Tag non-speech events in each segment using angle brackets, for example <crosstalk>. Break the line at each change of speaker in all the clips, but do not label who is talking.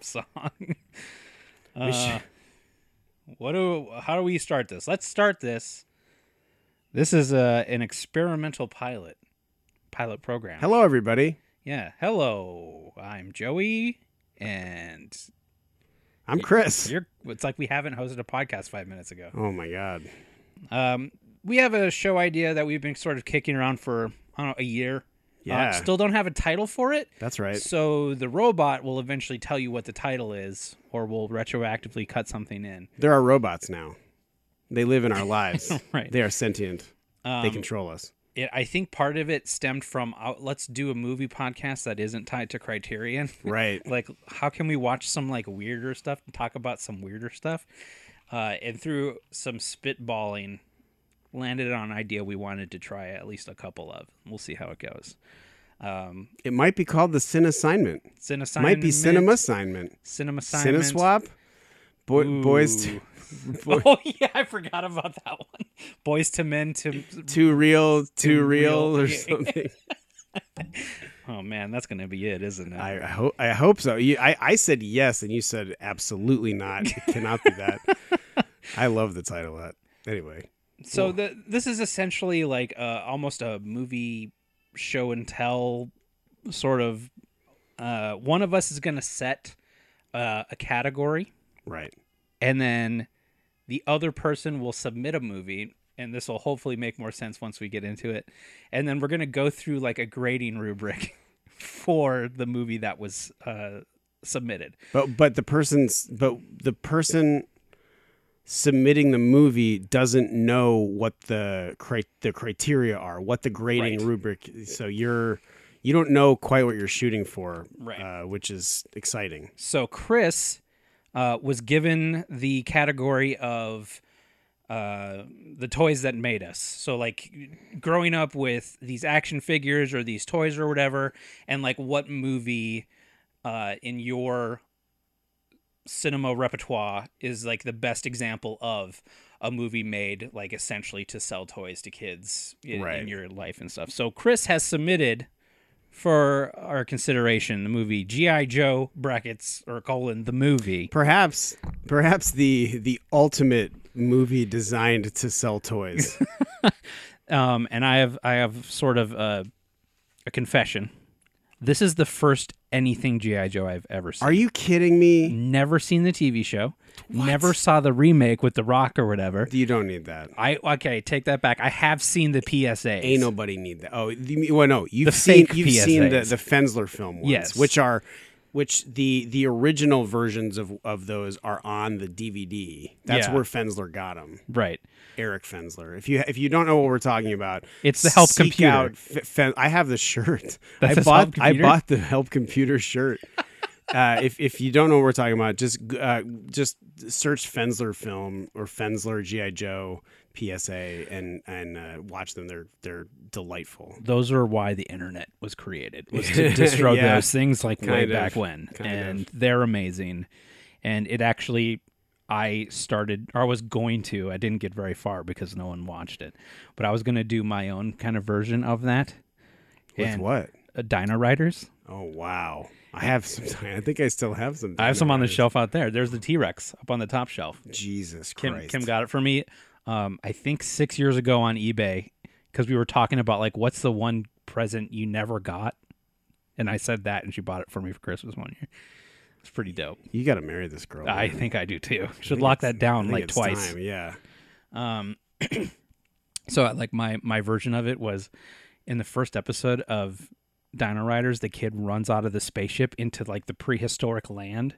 song. Uh, what do? How do we start this? Let's start this. This is uh, an experimental pilot, pilot program.
Hello, everybody.
Yeah. Hello. I'm Joey, and
I'm Chris.
you're. It's like we haven't hosted a podcast five minutes ago.
Oh my God.
Um, we have a show idea that we've been sort of kicking around for I don't know a year.
Yeah.
Uh, still don't have a title for it.
That's right.
So the robot will eventually tell you what the title is, or we'll retroactively cut something in.
There are robots now. They live in our lives.
<laughs> Right.
They are sentient. they
Um,
control us.
It, I think part of it stemmed from uh, let's do a movie podcast that isn't tied to Criterion.
<laughs>
<laughs>
Right.
like, how can we watch some like weirder stuff and talk about some weirder stuff? Uh, and through some spitballing, landed on an idea we wanted to try at least a couple of. We'll see how it goes. Um,
It might be called the sin assignment.
Cine
Might be cinema assignment.
Cinema
Cine swap. Boy, boys to, boy,
Oh <laughs> yeah, I forgot about that one. Boys to men to
too real, too
Too real.
real,
<laughs>
or
Yeah.
something.
Oh man, that's gonna be it, isn't it?
I, I hope. I hope so. You, I, I said yes, and you said absolutely not. It cannot be
<laughs>
that. I love the title. of That anyway.
so the, this is essentially like uh, almost a movie show and tell sort of. Uh, one of us is gonna set uh, a category,
Right.
and then the other person will submit a movie. And this will hopefully make more sense once we get into it. And then we're gonna go through like a grading rubric <laughs> for the movie that was uh, submitted.
But but the person's but the person submitting the movie doesn't know what the cri- the criteria are, what the grading
Right.
rubric. So you're you don't know quite what you're shooting for,
Right.
uh, which is exciting.
So Chris uh, was given the category of uh, the toys that made us. So like growing up with these action figures or these toys or whatever, and like what movie uh, in your cinema repertoire is like the best example of a movie made like essentially to sell toys to kids in,
Right.
in your life and stuff. So Chris has submitted for our consideration the movie GI Joe brackets or colon the movie.
Perhaps perhaps the the ultimate movie designed to
<laughs>
sell toys.
Um, and I have I have sort of uh, a confession. This is the first anything GI Joe I've ever seen.
are you kidding me?
never seen the TV show. Never saw the remake with The Rock or whatever.
You don't need that.
I okay, take that back. I have seen the PSAs.
Ain't nobody need that. Oh, you mean- well, no, you've
The
seen
fake
you've seen the
PSAs.
the Fensler film ones,
Yes.
which are which the the original versions of of those are on the DVD. That's
Yeah.
where Fensler got them.
Right.
Eric Fensler. If you if you don't know what we're talking about,
It's the help
seek
computer.
out F- Fen- I have the shirt.
<laughs> That's
I
his
bought
help
I
computer?
bought the help
<laughs>
computer shirt. Uh, if if you don't know what we're talking about, just uh, just search Fensler film or Fensler GI Joe PSA and and uh, watch them. They're they're delightful.
Those are why the internet was created. Was
<laughs>
to distro
Yeah.
those things like way
Kind of.
back when.
Kind
and they're amazing. And it actually I started or I was going to. I didn't get very far because no one watched it. But I was gonna do my own kind of version of that.
With
And-
what?
Uh, Dino Riders.
Oh wow! I have some. <laughs> I think I still have some.
I have some on the
Dynamite.
shelf out there. There's the T Rex up on the top shelf.
Jesus
Kim
Christ!
Kim got it for me. Um, I think six years ago on eBay because we were talking about like what's the one present you never got, and I said that, and she bought it for me for Christmas one year. It's pretty dope.
you got to marry this girl.
I
man.
think I do too. Should lock that
Oh, I
down
think
like
it's
twice.
time, Yeah.
Um, <clears throat> so uh, like my my version of it was in the first episode of Dino Riders, the kid runs out of the spaceship into like the prehistoric land,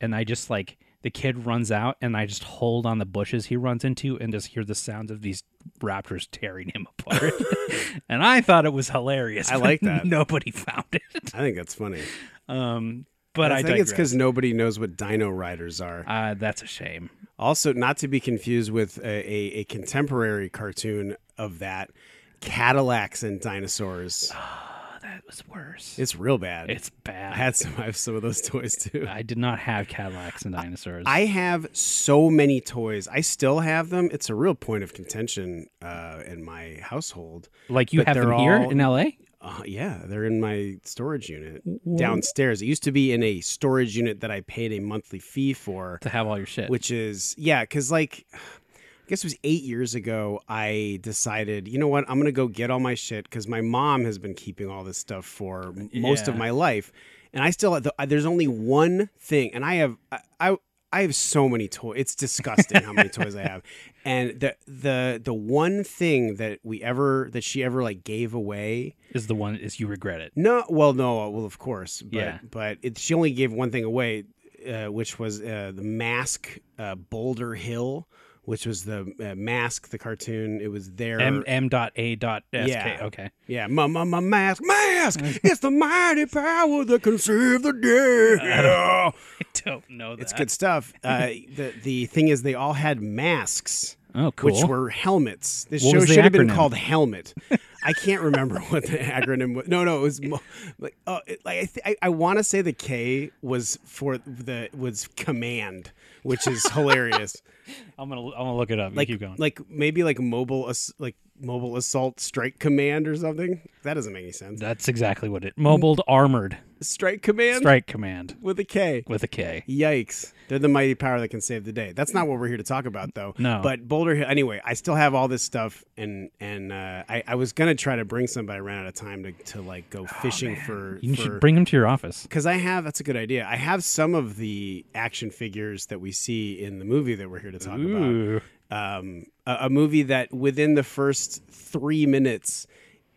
and I just like the kid runs out, and I just hold on the bushes he runs into, and just hear the sounds of these raptors tearing him
<laughs>
apart. <laughs> and I thought it was hilarious.
I
but
like
<laughs>
that.
Nobody found it.
<laughs> I think that's funny.
Um, but I,
I think it's
digress.
because nobody knows what Dino Riders are.
uh, that's a shame.
Also, not to be confused with a, a, a contemporary cartoon of that, Cadillacs and Dinosaurs.
Oh, that was worse.
It's real bad.
It's Ah. bad.
I had some. I have some of those <laughs> toys too.
I did not have Cadillacs and dinosaurs.
I have so many toys. I still have them. It's a real point of contention uh, in my household.
like you
but
have
they're
them here
all-
in LA.
Uh, yeah, they're in my storage unit downstairs. It used to be in a storage unit that I paid a monthly fee for,
to have all your shit.
which is yeah, because like I guess it was eight years ago I decided you know what I'm gonna go get all my shit because my mom has been keeping all this stuff for m- most of
Yeah.
my life, and I still the, there's only one thing, and I have I. I I have so many toys. It's disgusting how
<laughs>
many toys I have. And the the the one thing that we ever that she ever like gave away
is the one is you regret it.
no, well, no, uh, well, of course, but
Yeah.
but it, she only gave one thing away, uh, which was uh, the mask uh, Boulder Hill, which was the uh, mask, the cartoon. It was there.
M M dot A dot S K.
Yeah.
Okay.
yeah, my, my, my mask, mask. it's the mighty power that can save the day.
<laughs> <laughs> I don't know that.
It's good stuff. Uh, the the thing is, they all had masks.
Oh, cool.
Which were helmets. This
What
show
was the
should have been
acronym?
called Helmet. I can't remember <laughs> what the acronym was. No, no, it was mo- like, oh, it- like I, th- I, I want to say the K was for the was command, which is
<laughs>
hilarious.
I'm gonna I'm gonna look it up.
like
you keep going.
like maybe like mobile ass- like mobile assault strike command or something. That doesn't make any sense.
That's exactly what it. Mobile armored
Strike command
strike command
with a K.
with a K.
Yikes. They're the mighty power that can save the day. That's not what we're here to talk about though.
No.
But Boulder Hill anyway, I still have all this stuff and and uh, I, I was gonna try to bring some but I ran out of time to, to like go fishing for
Oh, You
for
should bring him to your office.
because I have that's a good idea. I have some of the action figures that we see in the movie that we're here to talk about
Ooh.
um, a, a movie that within the first three minutes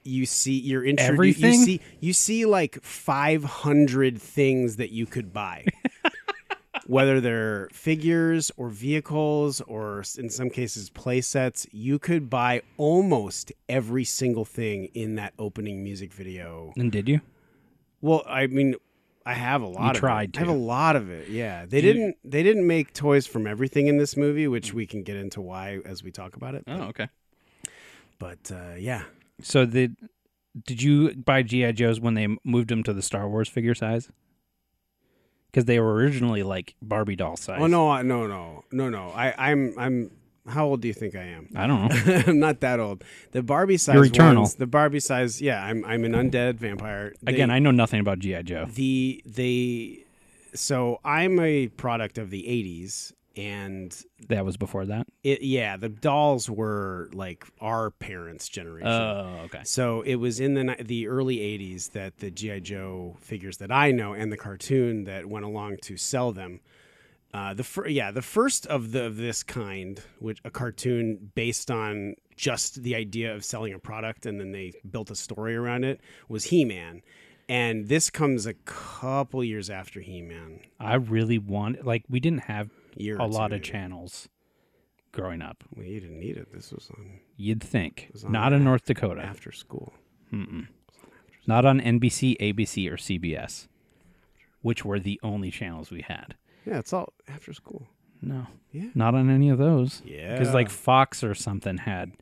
you see you're introduced
Everything?
you see you see like 500 things that you could buy whether they're figures or vehicles or s- in some cases play sets you could buy almost every single thing in that opening music video
And did you?
well i mean i have a lot of
tried
it. i have a
to.
lot of it yeah they didn't they didn't make toys from everything in this movie which we can get into why as we talk about it but-
Oh, okay.
but uh, yeah,
So the did you buy GI Joes when they moved them to the Star Wars figure size? Because they were originally like Barbie doll size.
oh no, I- no, no, no, no. I, I'm, I'm. How old do you think I am? <laughs>
I don't know.
I'm not that old. The Barbie size.
You're eternal.
ones- the Barbie size. Yeah, I'm, I'm an undead vampire. They-
Again, I know nothing about GI Joe.
the they. So I'm a product of the '80s, and
That was before that.
it, yeah, the dolls were like our parents' generation.
okay.
So it was in the ni- the early '80s that the GI Joe figures that I know and the cartoon that went along to sell them. Uh, the fir- yeah, the first of the of this kind, which a cartoon based on just the idea of selling a product, and then they built a story around it, was He Man, and this comes a couple years after He Man.
I really want like we didn't have
Year
a
or
lot
two.
of channels growing up.
Well, you didn't need it. This was on
You'd think
was on
not in North Dakota,
after school.
not on NBC, ABC, or CBS, which were the only channels we had.
Yeah, it's all after school.
No,
Yeah.
not on any of those.
Yeah,
because like Fox or something had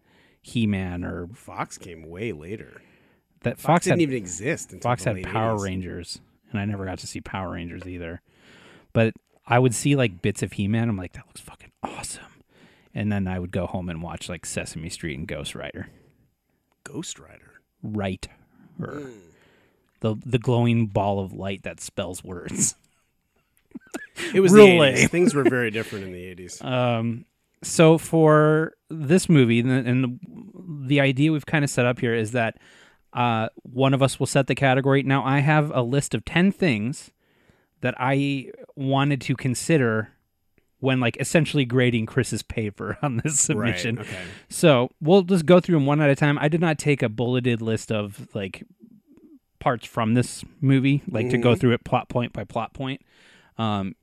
He Man or
Fox came way later.
that
Fox
Fox,
didn't
had
even exist. Until
Fox
the
had
late
Power
80s.
Rangers, and I never got to see Power Rangers either. But I would see like bits of He Man. I'm like, that looks fucking awesome. And then I would go home and watch like Sesame Street and Ghost Rider.
Ghost Rider.
Right. Or the the glowing ball of light that spells words.
It was
Real
the 80s.
lame.
Things
<laughs>
were very different in the 80s.
Um, so for this movie, and the, and the, the idea we've kind of set up here is that uh, one of us will set the category. Now, I have a list of ten things that I wanted to consider when, like, essentially grading Chris's paper <laughs> on this submission.
Right. Okay.
So we'll just go through them one at a time. I did not take a bulleted list of like parts from this movie, like to go through it plot point by plot point. Um,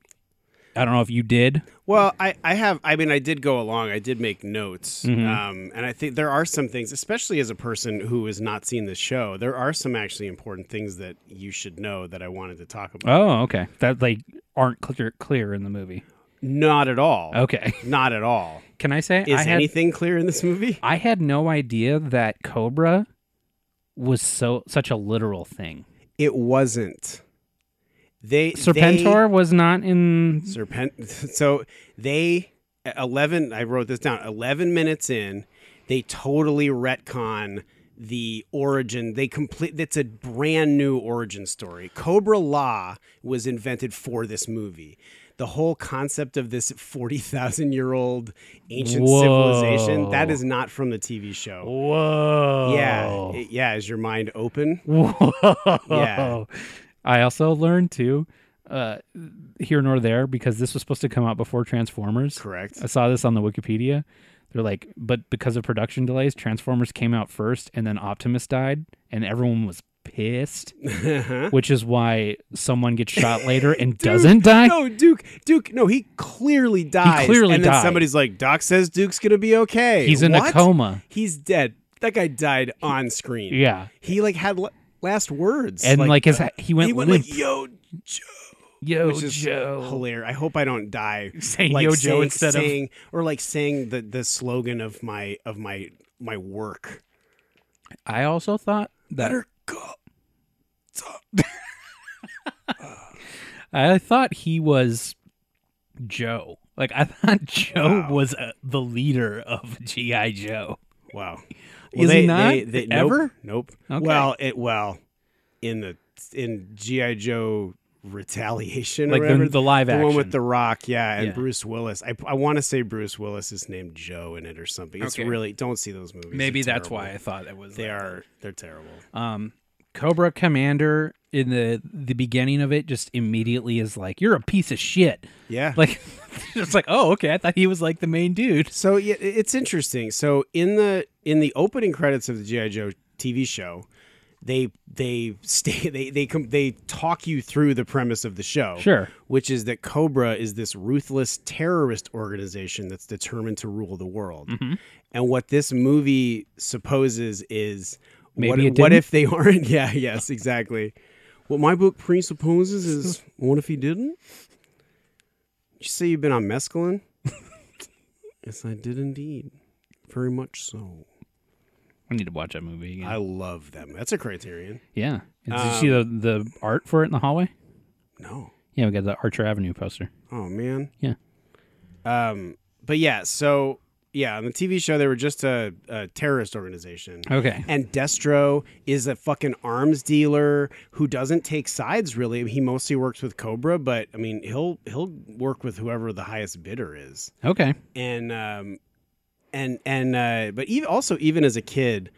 I don't know if you did.
Well, I, I have, I mean, I did go along. I did make notes.
Mm-hmm.
Um, and I think there are some things, especially as a person who has not seen the show, there are some actually important things that you should know that I wanted to talk about.
Oh, okay. That like aren't clear clear in the movie.
Not at all.
Okay. <laughs>
Not at all.
Can Oh. I say
Is
I had
anything clear in this movie?
I had no idea that Cobra was so such a literal thing.
It wasn't. They
Serpentor was not in
Serpent. <laughs> So they eleven. I wrote this down. Eleven minutes in, they totally retcon the origin. They complete. That's a brand new origin story. Cobra Law was invented for this movie. The whole concept of this forty thousand year old ancient
Whoa.
civilization that is not from the TV show.
Whoa.
Yeah, it- yeah. Is your mind open?
Whoa.
Yeah.
<laughs> I also learned too, uh, here nor there, because this was supposed to come out before Transformers.
Correct.
I saw this on the Wikipedia. They're like, but because of production delays, Transformers came out first and then Optimus died, and everyone was
<laughs>
pissed, which is why someone gets shot later and doesn't die.
No, Duke. Duke. No, he clearly dies.
clearly
and then
died.
somebody's like, Doc says Duke's gonna be okay.
He's in a
What?
coma.
He's dead. That guy died on screen.
Yeah.
He like had l- last words.
And like, his he went,
he went
limp.
like, "Yo, Joe."
Yo,
Which is
Joe.
hilarious. I hope I don't die
<laughs> Saying
like,
"Yo, Joe"
saying-
instead of-
saying, or like saying the the slogan of my of my my work.
I also thought that
Better go.
I thought he was Joe. Like I thought <laughs> Joe
Wow.
was uh, the leader of GI Joe. <laughs>
Wow.
Is he not?
nope,
Ever?
Nope.
Okay.
Well, it well in the in GI Joe retaliation, or
Like
whatever,
the, the live
the
action.
one with the Rock, yeah, and
Yeah.
Bruce Willis. I, I want to say Bruce Willis is named Joe in it or something. It's
Okay.
really don't see those movies.
Maybe
They're
that's
terrible.
why I thought it was.
they
like-
are they're terrible.
Um, Cobra Commander in the the beginning of it just immediately is like, "You're a piece of shit." <laughs>
Yeah.
Like, it's like, oh, okay. I thought he was like the main dude.
So yeah, i- it's interesting. So in the in the opening credits of the GI Joe TV show, they they <laughs> stay they they com- they talk you through the premise of the show.
Sure.
which is that Cobra is this ruthless terrorist organization that's determined to rule the world. And what this movie supposes is what,
Maybe it
what
didn't?
if they <laughs> aren't? Yeah, yes, exactly. What my book
<laughs>
presupposes is what if he didn't? Did you say you've been
<laughs>
on mescaline? yes, I did indeed. Very much so.
<laughs> I need to watch that movie again.
I Um, love them. That's a criterion.
yeah. And Did you see the the art for it in the hallway?
No.
Yeah, we got the Archer Avenue poster.
Oh man.
Yeah.
Um. But yeah. So yeah, on the TV show, they were just a, a terrorist organization.
Okay.
And Destro is a fucking arms dealer who doesn't take sides really. He mostly works with Cobra, but I mean, he'll he'll work with whoever the highest bidder is.
Okay.
And um, and and uh, but even also even as a kid,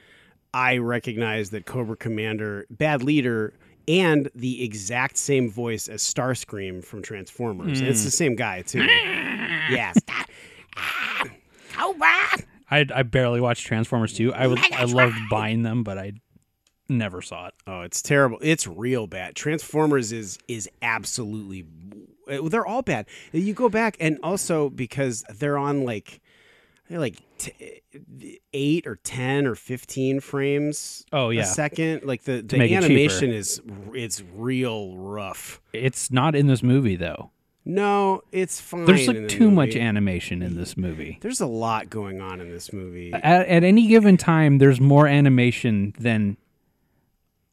I recognized that Cobra Commander, bad leader, and the exact same voice as Starscream from Transformers. And it's the same guy too. yes. Cobra.
I I barely watched Transformers 2. I was
<laughs>
I loved buying them, but I never saw it.
Oh, it's terrible. It's real bad. Transformers is is absolutely eh, well, they're all bad. You go back and also because they're on like they're like t- 8 or 10 or 15 frames
Oh
a
yeah.
second like the, the
make it cheaper.
animation is it's real rough.
It's not in this movie though.
No, it's fine.
There's
in
like
the
too much
movie.
animation in this movie.
There's a lot going on in this movie.
At, at any given time there's more animation than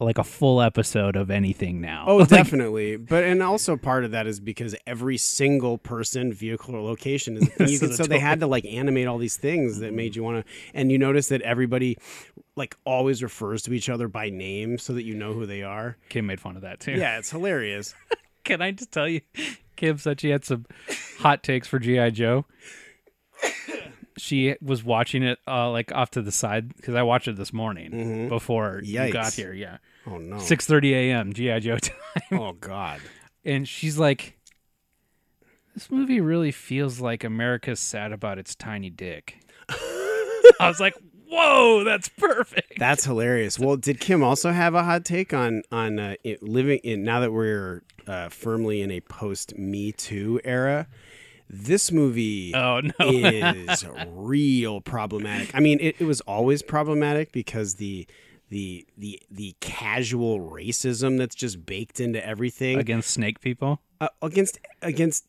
like a full episode of anything now. <laughs>
Oh,
Like,
definitely. But and also part of that is because every single person, vehicle, or location
<laughs>
is a thing.
This
You
is
can,
a
so they had to like animate all these things that
Mm-hmm.
made you want to. And you notice that everybody like always refers to each other by name so that you know who they are.
Kim made fun of that too.
Yeah, it's hilarious.
<laughs> Can I just tell you Kim said she had some hot takes for GI Joe. She was watching it uh, like off to the side because I watched it this morning before you got
Mm-hmm. Yikes.
here. Yeah,
Oh
<laughs>
no!
six thirty a.m. GI Joe <laughs> time.
Oh god!
and she's like this movie really feels like america's sad about its tiny dick <laughs> i was like whoa that's perfect
That's hilarious. Well, did Kim also have a hot take on on uh, it, living in now that we're uh, firmly in a post Me Too era? This movie.
<laughs> oh no
<laughs> is real problematic. I mean, it, it was always problematic because the the the the casual racism that's just baked into everything
against snake people
uh, against against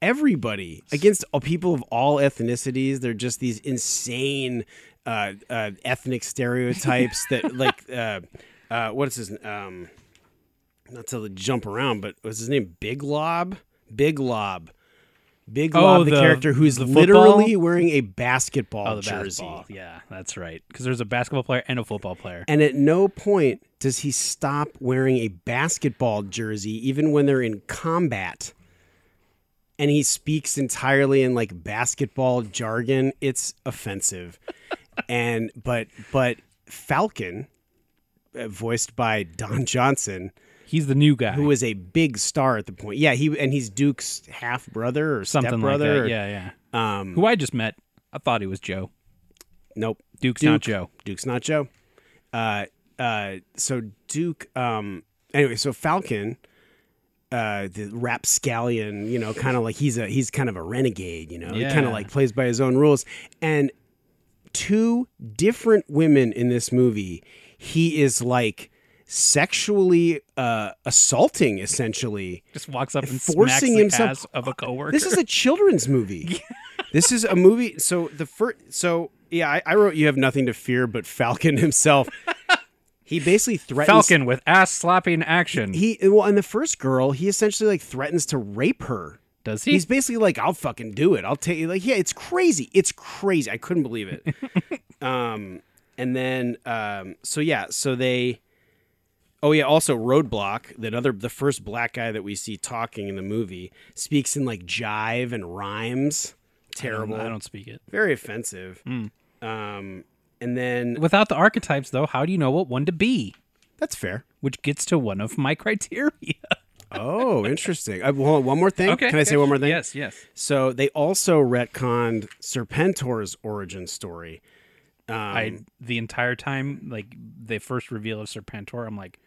everybody against all people of all ethnicities they're just these insane uh, uh, ethnic stereotypes
<laughs>
that like uh, uh, what is his um not to jump around but was his name big lob big lob Big
Oh,
Lob, the,
the-
character who's
the
literally
football?
wearing a basketball
Oh, the
jersey.
basketball. Yeah, that's right. Because there's a basketball player and a football player.
And at no point does he stop wearing a basketball jersey, even when they're in combat. And he speaks entirely in like basketball jargon. It's offensive. <laughs> and but but Falcon, uh, voiced by Don Johnson,
He's the new guy.
who was a big star at the point. Yeah, he and he's Duke's half brother or
something
step
like that.
brother.
Yeah, yeah.
Um.
Who I just met. I thought he was Joe.
Nope.
Duke's
Duke.
not Joe.
Duke's not Joe. Uh, uh, so Duke. Um, anyway, so Falcon, uh, the rapscallion, you know, kind of like he's a he's kind of a renegade, you know, he kind
Yeah.
of like plays by his own rules. And two different women in this movie, he is like sexually uh, assaulting, essentially.
Just walks up and
Forcing
smacks the
himself-
ass of a coworker.
This is a children's movie. this is a movie. So the first. So yeah, I, I wrote. You have nothing to fear, but Falcon <laughs> himself. he basically threatens.
Falcon with ass slapping action.
He well, and the first girl, he essentially like threatens to rape her.
Does he?
He's basically like, "I'll fucking do it. I'll take you." Like, yeah, it's crazy. It's crazy. I couldn't believe <laughs> it. um, and then, um, so yeah, so they. Oh yeah, also Roadblock, that other the first black guy that we see talking in the movie speaks in like jive and rhymes. Terrible.
I don't speak it.
Very offensive. Um, and then
Without the archetypes, though, how do you know what one to be?
that's fair.
Which gets to one of my <laughs> criteria.
Oh, interesting. Uh, well, one more thing. Can I say one more thing?
Yes, yes.
So they also retconned Serpentor's origin story.
I
Um,
the entire time, like the first reveal of Serpentor, I'm like,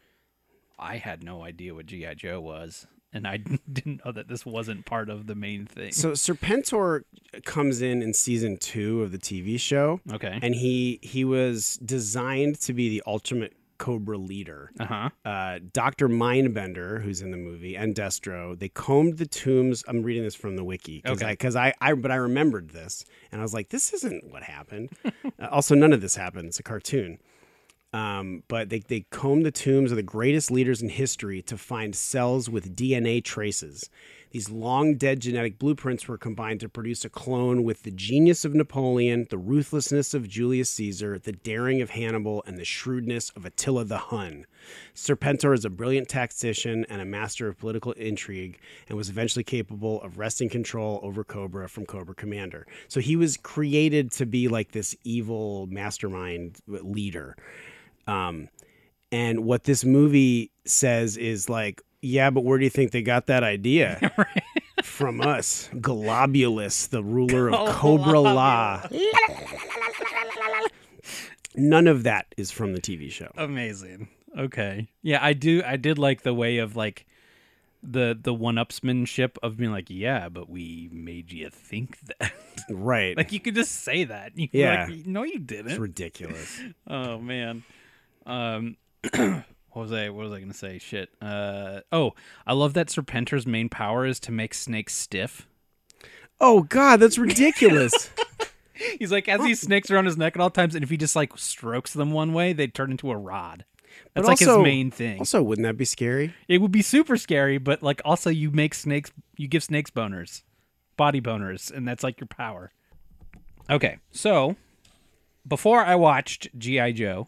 I had no idea what GI Joe was, and I <laughs> didn't know that this wasn't part of the main thing.
So Serpentor comes in in season two of the TV show,
okay.
and he he was designed to be the ultimate Cobra leader.
Uh huh.
Uh, Doctor Mindbender, who's in the movie, and Destro, they combed the tombs. I'm reading this from the wiki because
Okay.
I because I, I but I remembered this, and I was like, this isn't what happened. <laughs> Uh, also, none of this happened. It's a cartoon. Um, but they, they combed the tombs of the greatest leaders in history to find cells with DNA traces. These long dead genetic blueprints were combined to produce a clone with the genius of Napoleon, the ruthlessness of Julius Caesar, the daring of Hannibal, and the shrewdness of Attila the Hun. Serpentor is a brilliant tactician and a master of political intrigue, and was eventually capable of wresting control over Cobra from Cobra Commander. So he was created to be like this evil mastermind leader. Um, and what this movie says is like, yeah, but where do you think they got that <laughs> idea? From us, Globulus, the ruler of Cobra Oh, La. None of that is from the TV show.
Amazing. Okay. Yeah, I do. I did like the way of like the the one upsmanship of being like, yeah, but we made you think that. <laughs>
Right.
like you could just say that. You
Yeah.
yeah. Like, no, you
it's
didn't.
ridiculous.
Oh man. Um <clears throat> what was I what was I gonna say? Shit. Uh oh, I love that Serpentor's main power is to make snakes stiff.
Oh God, that's <laughs> ridiculous.
He's like as
<laughs>
these snakes around his neck at all times, and if he just like strokes them one way, they turn into a rod. That's like
also-
his main thing.
also, wouldn't that be scary?
it would be super scary, but like also you make snakes you give snakes boners. Body boners, and that's like your power. Okay, so before I watched G.I. Joe,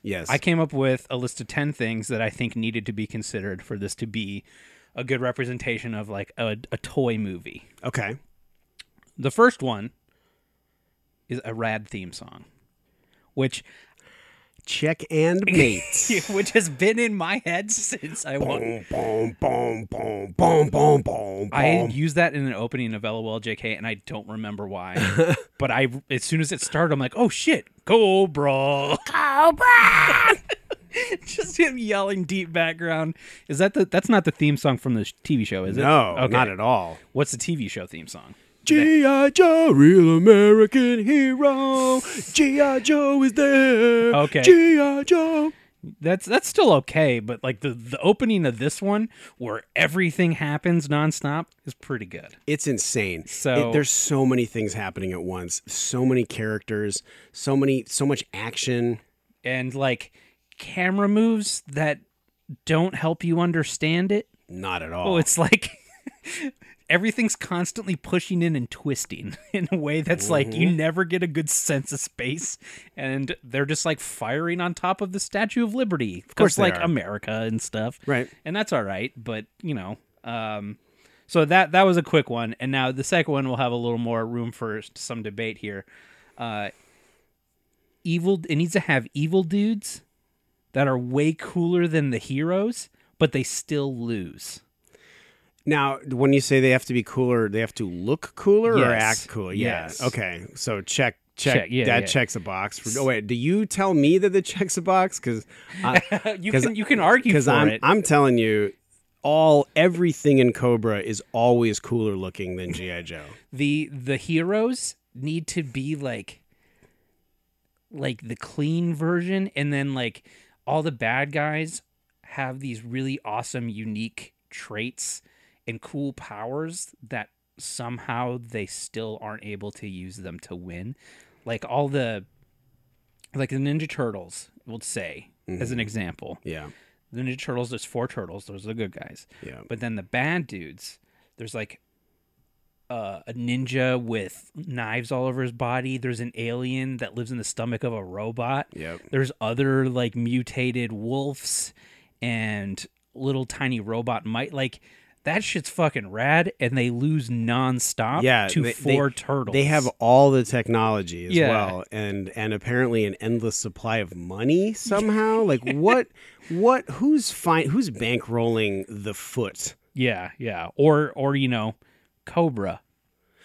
Yes.
I came up with a list of 10 things that I think needed to be considered for this to be a good representation of like a, a toy movie.
okay.
The first one is a rad theme song, which <laughs>
Check and <laughs> mate.
which has been in my head since I watched.
boom, boom, boom, boom, boom, boom, boom,
I
boom.
used that in an opening of LOLJK, and I don't remember why. but I, as soon as it started, I'm like, "Oh shit, Cobra!" Cobra! <laughs> Just him yelling deep background. Is that the? That's not the theme song from the sh- TV show, is it?
No,
Okay.
not at all.
What's the TV show theme song?
G.I. Joe, real American hero. G.I. Joe is there.
Okay.
G.I. Joe.
That's that's still okay, but like the the opening of this one, where everything happens nonstop, is pretty good.
It's insane.
So-
there's so many things happening at once. So many characters. So many. So much action.
And like camera moves that don't help you understand it.
Not at all.
Oh, it's like <laughs> everything's constantly pushing in and twisting <laughs> in a way that's like
Mm-hmm.
you never get a good sense of space and they're just like firing on top of the statue of liberty of
course they
like
are.
america and stuff
Right.
and that's all right but you know um so that that was a quick one and now the second one will have a little more room for some debate here uh evil it needs to have evil dudes that are way cooler than the heroes but they still lose
Now, when you say they have to be cooler, they have to look cooler or
Yes.
act cooler. Yeah.
Yes.
Okay. So check. Check,
Check, yeah,
that
yeah.
checks a box. For, oh wait, do you tell me that it checks a box? Because
<laughs> you
'Cause-
can you can argue for
I'm
it.
I'm telling you, all everything in Cobra is always cooler looking than GI
<laughs>
Joe.
the the heroes need to be like like the clean version and then like all the bad guys have these really awesome unique traits and cool powers that somehow they still aren't able to use them to win like all the like the ninja turtles would say as an example
Yeah.
the ninja turtles there's four turtles those are the good guys
Yeah.
but then the bad dudes, there's like uh, a ninja with knives all over his body. There's an alien that lives in the stomach of a robot.
Yep.
There's other like mutated wolves and little tiny robot might like that shit's fucking rad and they lose nonstop
Yeah,
to
they-
four turtles.
They have all the technology as
Yeah.
well, and and apparently an endless supply of
<laughs>
money somehow. like what, what? Who's fine? Who's bankrolling the foot?
Yeah, yeah. Or or you know, Cobra.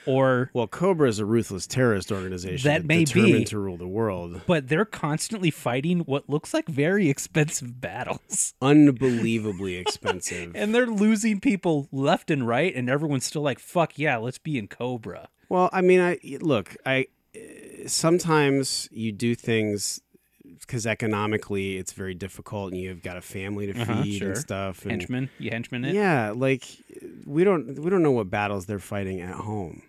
Or
Well, Cobra is a ruthless terrorist organization
That may be.
determined to rule the world.
but they're constantly fighting what looks like very <laughs> expensive battles. <laughs>
Unbelievably expensive.
and they're losing people left and right, and everyone's still like, "Fuck yeah, let's be in Cobra."
Well, I mean, I look, I eh, sometimes you do things because economically it's very difficult, and you've got a family to feed
Uh-huh, sure.
and stuff. And,
Henchman, you henchman it.
yeah, like we don't we don't know what battles they're fighting at home.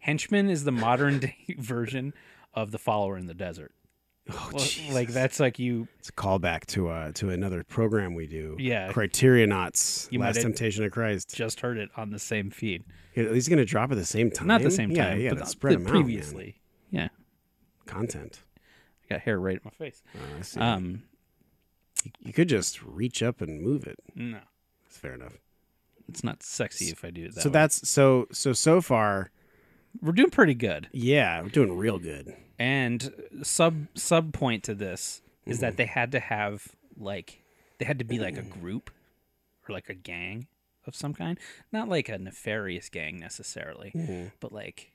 Henchman is the modern day <laughs> version of the follower in the desert.
Oh,
Well,
jeez.
like that's like you.
it's a callback to uh to another program we do.
Yeah.
Criterionauts,
You might
Last
have-
Temptation of Christ.
Just heard it on the same feed,
Here, He's going to drop at the same time.
not the same
Oh, Yeah,
time,
yeah,
but
to
the-
spread
the
'em out, man.
previously. yeah,
content.
I got hair right at my face.
Oh, I see.
Um,
you, you could just reach up and move it.
no,
That's fair enough.
it's not sexy if I do it. That
so
way.
that's so so so far.
we're doing pretty good.
Yeah, we're doing real good.
And sub sub point to this is that they had to have like they had to be like a group or like a gang of some kind, not like a nefarious gang necessarily,
Mm-hmm.
but like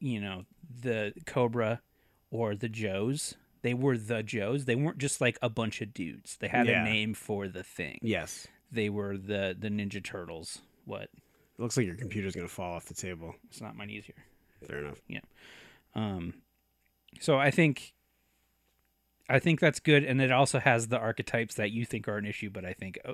you know the Cobra or the Joes. They were the Joes. They weren't just like a bunch of dudes. They had
Yeah.
a name for the thing.
Yes.
They were the the Ninja Turtles. What?
It looks like your computer's gonna fall off the table.
It's not mine easier.
Fair enough.
Um, so I think, I think that's good, and it also has the archetypes that you think are an issue, but I think uh,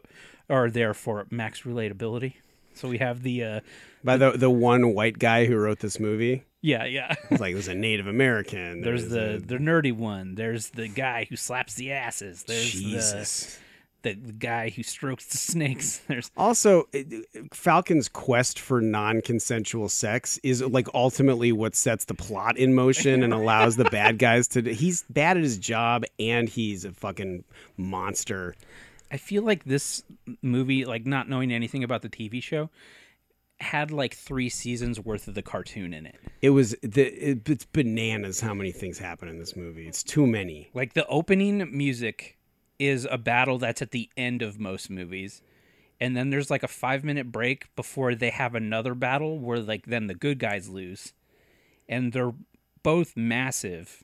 are there for max relatability. So we have the uh,
By the the one white guy who wrote this movie,
yeah, yeah.
it's like there's a Native <laughs> American.
There's the the nerdy one. There's the guy who slaps the asses.
a-
There's
Jesus.
the the guy who strokes the snakes. <laughs> There's
Also, it- it- Falcon's quest for non-consensual sex is like ultimately what sets the plot in motion and allows the <laughs> bad guys to. He's bad at his job and he's a fucking monster.
I feel like this movie, like not knowing anything about the TV show, had like three seasons worth of the cartoon in it.
It was the it, it's bananas how many things happen in this movie. It's too many.
Like the opening music is a battle that's at the end of most movies. And then there's like a five minute break before they have another battle where like then the good guys lose. And they're both massive.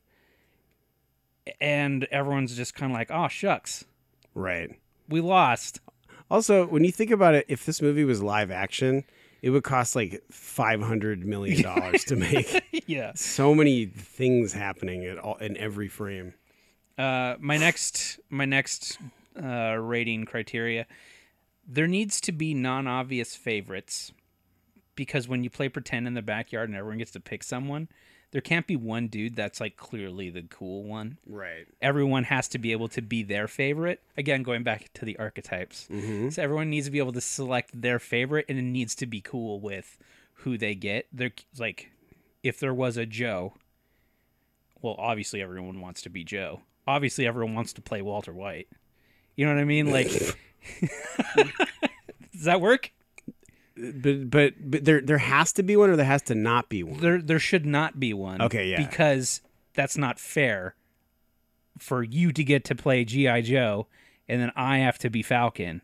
And everyone's just kinda like, Oh shucks,
Right.
we lost.
Also, when you think about it, if this movie was live action, it would cost like five hundred million <laughs> dollars to make.
yeah.
So many things happening at all in every frame.
Uh, my next my next uh, rating criteria there needs to be non-obvious favorites because when you play pretend in the backyard and everyone gets to pick someone, there can't be one dude that's like clearly the cool one.
Right.
Everyone has to be able to be their favorite. Again, going back to the archetypes. So everyone needs to be able to select their favorite and it needs to be cool with who they get. They're like if there was a Joe, well, obviously everyone wants to be Joe. Obviously everyone wants to play Walter White. You know what I mean? Like <laughs> Does that work?
But but but there there has to be one or there has to not be one.
there there should not be one.
Okay, yeah.
Because that's not fair for you to get to play GI Joe and then I have to be Falcon,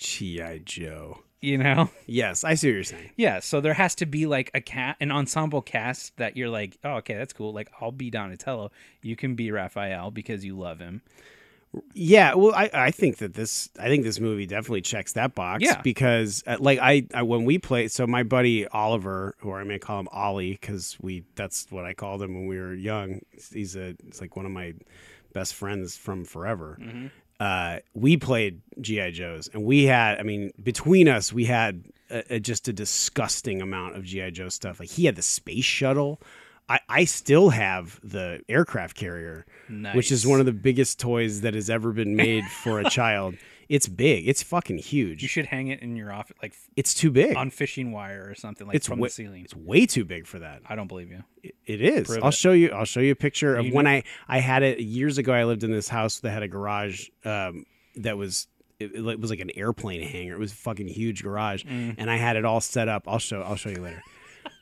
GI Joe.
you know? <laughs>
Yes, I see what you're saying.
Yeah, so there has to be like a cat an ensemble cast that you're like, "Oh, okay, that's cool. Like I'll be Donatello, you can be Raphael because you love him."
Yeah, well, I, I think that this I think this movie definitely checks that box.
Yeah.
because uh, like I, I when we play, so my buddy Oliver, or I'm gonna call him Ollie because we that's what I called him when we were young. He's a it's like one of my best friends from forever. Uh, we played GI Joes, and we had I mean between us we had a, a, just a disgusting amount of GI Joe stuff. Like he had the space shuttle. I, I still have the aircraft carrier which is
Nice.
one of the biggest toys that has ever been made for
<laughs>
a child. It's big. It's fucking
You
huge.
should hang it in your office like f-
It's too big.
on fishing wire or something like
It's
from
wa-
the ceiling.
It's way too big for that.
I don't believe you.
It is.
Prove
I'll
it.
show you. I'll show you a picture of
You
when I I had it years ago. I lived in this house that had a garage um, that was it, it was like an airplane hangar. It was a fucking huge garage,
Mm. Mm-hmm.
and I had it all set up. I'll show. I'll show
<laughs>
you later.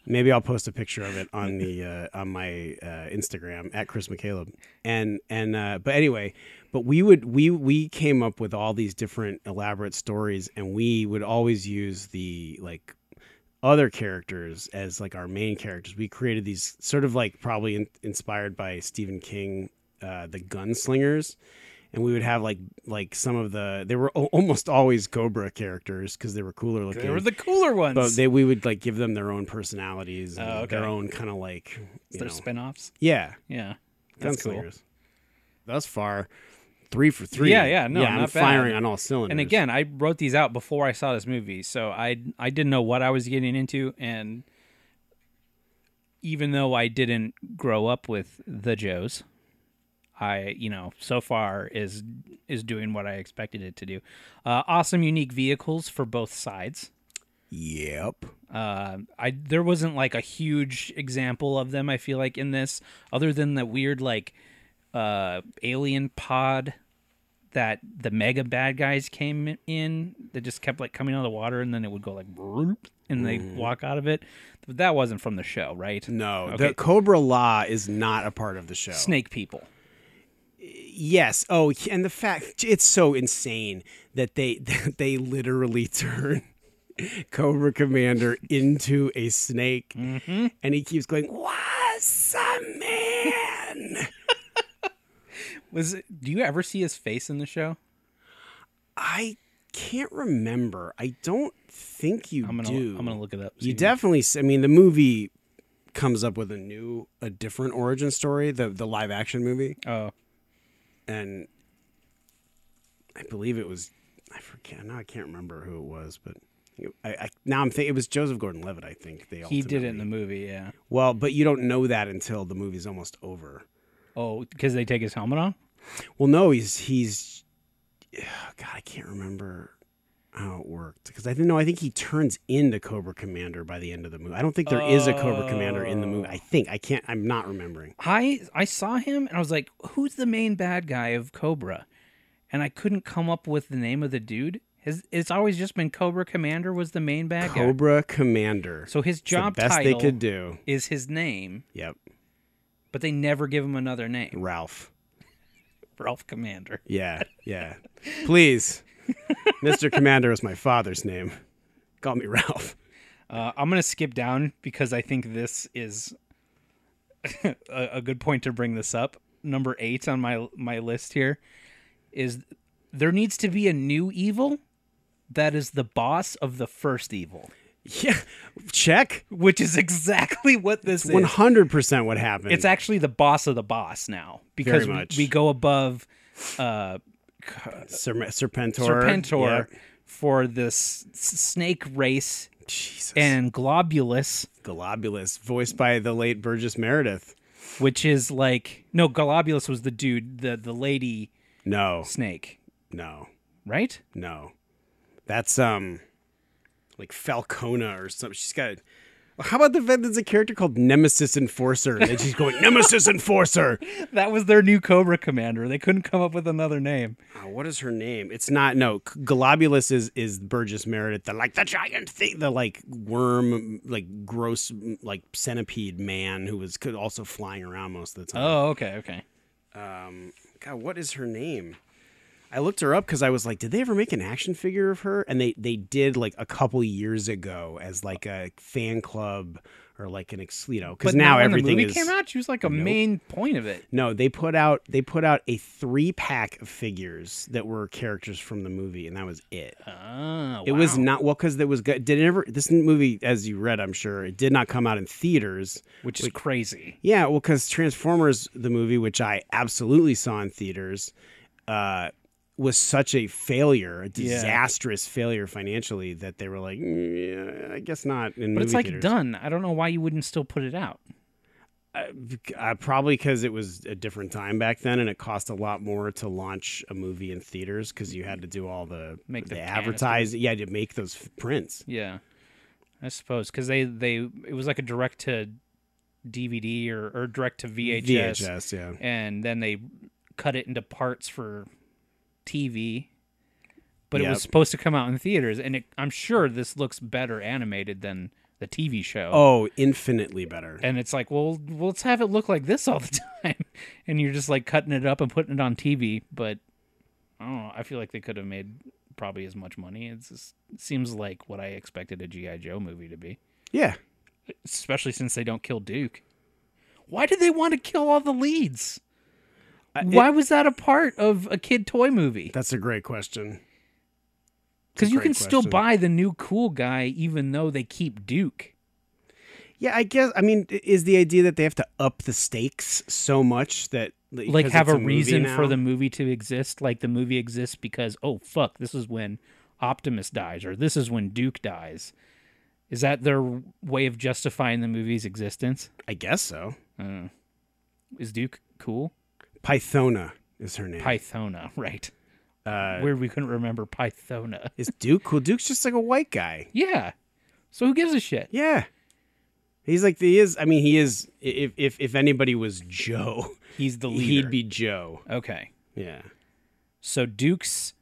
Maybe I'll post a picture of it on the uh, on my uh, Instagram at Chris McCaleb. And and uh, but anyway, but we would we we came up with all these different elaborate stories, and we would always use the like other characters as like our main characters. We created these sort of like probably in, inspired by Stephen King, uh, the gunslingers, and we would have like like some of the they were al- almost always Cobra characters because they were cooler looking.
They were the cooler ones.
but they we would like give them their own personalities, and
Oh, okay.
their own kind of like you
They're
know.
spin-offs.
yeah,
Yeah. That's cool.
gunslingers. Thus far, three for three.
Yeah, yeah, no,
I'm
not bad.
firing on all cylinders.
And again, I wrote these out before I saw this movie, so I I didn't know what I was getting into. And even though I didn't grow up with the Joes, I you know so far is is doing what I expected it to do. Uh, awesome, unique vehicles for both sides.
yep.
Uh, I there wasn't like a huge example of them. I feel like in this, other than the weird like uh, alien pod that the mega bad guys came in, that just kept like coming out of the water, and then it would go like "Broom," and they walk out of it. But that wasn't from the show, right?
Mm. No,
Okay.
the Cobra Law is not a part of the show.
Snake people.
Yes. Oh, and the fact it's so insane that they <laughs> that they literally turn <laughs> Cobra Commander into a snake,
Mm-hmm.
and he keeps going, "What's a man?"
Was it, do you ever see his face in the show?
I can't remember. I don't think you
I'm gonna
do.
I'm gonna look it up.
You definitely. s- I mean, the movie comes up with a new, a different origin story. The the live action movie.
Oh,
and I believe it was I forget now I can't remember who it was, but I, I now I'm thinking it was Joseph Gordon-Levitt. I think they
he did it in
ultimately-
the movie. Yeah.
well, but you don't know that until the movie's almost over.
Oh, because they take his helmet off.
Well, no, he's he's <sighs> Ugh, God, I can't remember how it worked because I didn't know. I think he turns into Cobra Commander by the end of the movie. I don't think there is a Cobra Commander in the movie. I
Oh.
think I can't. I'm not remembering.
I I saw him and I was like, who's the main bad guy of Cobra? And I couldn't come up with the name of the dude. His, it's always just been Cobra Commander was the main bad guy.
Cobra Commander.
So his
It's the
job
best
title
they could do.
is his name,
Yep,
but they never give him another name.
Ralph.
Ralph Commander.
Yeah, yeah.
<laughs>
Please, Mr. Commander is my father's name. Call me Ralph. <laughs>
Uh, I'm gonna skip down because I think this is <laughs> a, a good point to bring this up. Number eight on my my list here is there needs to be a new evil that is the boss of the first evil.
Yeah, check.
which is exactly what this
One
is.
hundred percent what happened.
It's actually the boss of the boss now because
Very
we-
much.
We, go above uh,
Ser- Serpentor.
Serpentor
yeah.
for this s- snake race
Jesus.
and Globulus,
Globulus, voiced by the late Burgess Meredith.
which is like no Globulus was the dude, the the lady
No,
snake,
no, <laughs>
right?
no. That's um, like Falcona or something. She's got. How about the fact there's a character called Nemesis Enforcer, and she's going Nemesis Enforcer.
That was their new Cobra Commander. They couldn't come up with another name.
Oh, what is her name? It's not no. C- Globulus is is Burgess Meredith, the like the giant thing, the like worm, like gross, like centipede man who was could also flying around most of the time.
Oh, okay, okay.
um god what is her name i looked her up because i was like did they ever make an action figure of her and they they did like a couple years ago as like a fan club or like an ex you know because
But
now
when
everything
the movie
is
came out, she was like a main point of it.
no they put out they put out a three pack of figures that were characters from the movie and that was it
Oh,
it was not well because there was go- did it ever this movie as you read i'm sure it did not come out in theaters
which is crazy.
Yeah, well, because Transformers, the movie, which I absolutely saw in theaters, uh, was such a failure, a disastrous failure financially, that they were like, "Mm, yeah, I guess not. In
But it's
movie
like
theaters."
done. I don't know why you wouldn't still put it out.
Uh, probably because it was a different time back then, and it cost a lot more to launch a movie in theaters because you had to do all the
Make the
the
canisters.
advertising. Yeah, to make those f- prints.
Yeah, I suppose because they they it was like a direct to DVD or or direct to VHS,
VHS, yeah.
and then they cut it into parts for TV. But it
Yep.
was supposed to come out in theaters, and it, I'm sure this looks better animated than the TV show.
Oh, infinitely better.
And it's like, well, well, let's have it look like this all the <laughs> time, and you're just like cutting it up and putting it on TV. But I don't know. I feel like they could have made probably as much money. It's just, it seems like what I expected a GI Joe movie to be
Yeah.
especially since they don't kill Duke. Why did they want to kill all the leads? Why was that a part of a kid toy movie?
Uh, That's a great question.
Because you
great
can still
question.
buy the new cool guy, even though they keep Duke.
Yeah, I guess. I mean, i- is the idea that they have to up the stakes so much that
Like,
because
have
it's
a,
movie
reason for
now?
the movie to exist. Like, the movie exists because, oh, fuck, this is when Optimus dies, or this is when Duke dies. Is that their way of justifying the movie's existence? Uh,
I guess so.
Is Duke cool?
Pythona is her name.
Pythona, <laughs> right.
Uh,
Weird we couldn't remember Pythona. <laughs>
is Duke cool? Duke's just like a white guy.
Yeah. So who gives a shit?
Yeah, he's like he is. I mean, he is. i- If if if anybody was Joe,
He's <laughs> the
he'd be Joe.
okay.
Yeah.
So Duke's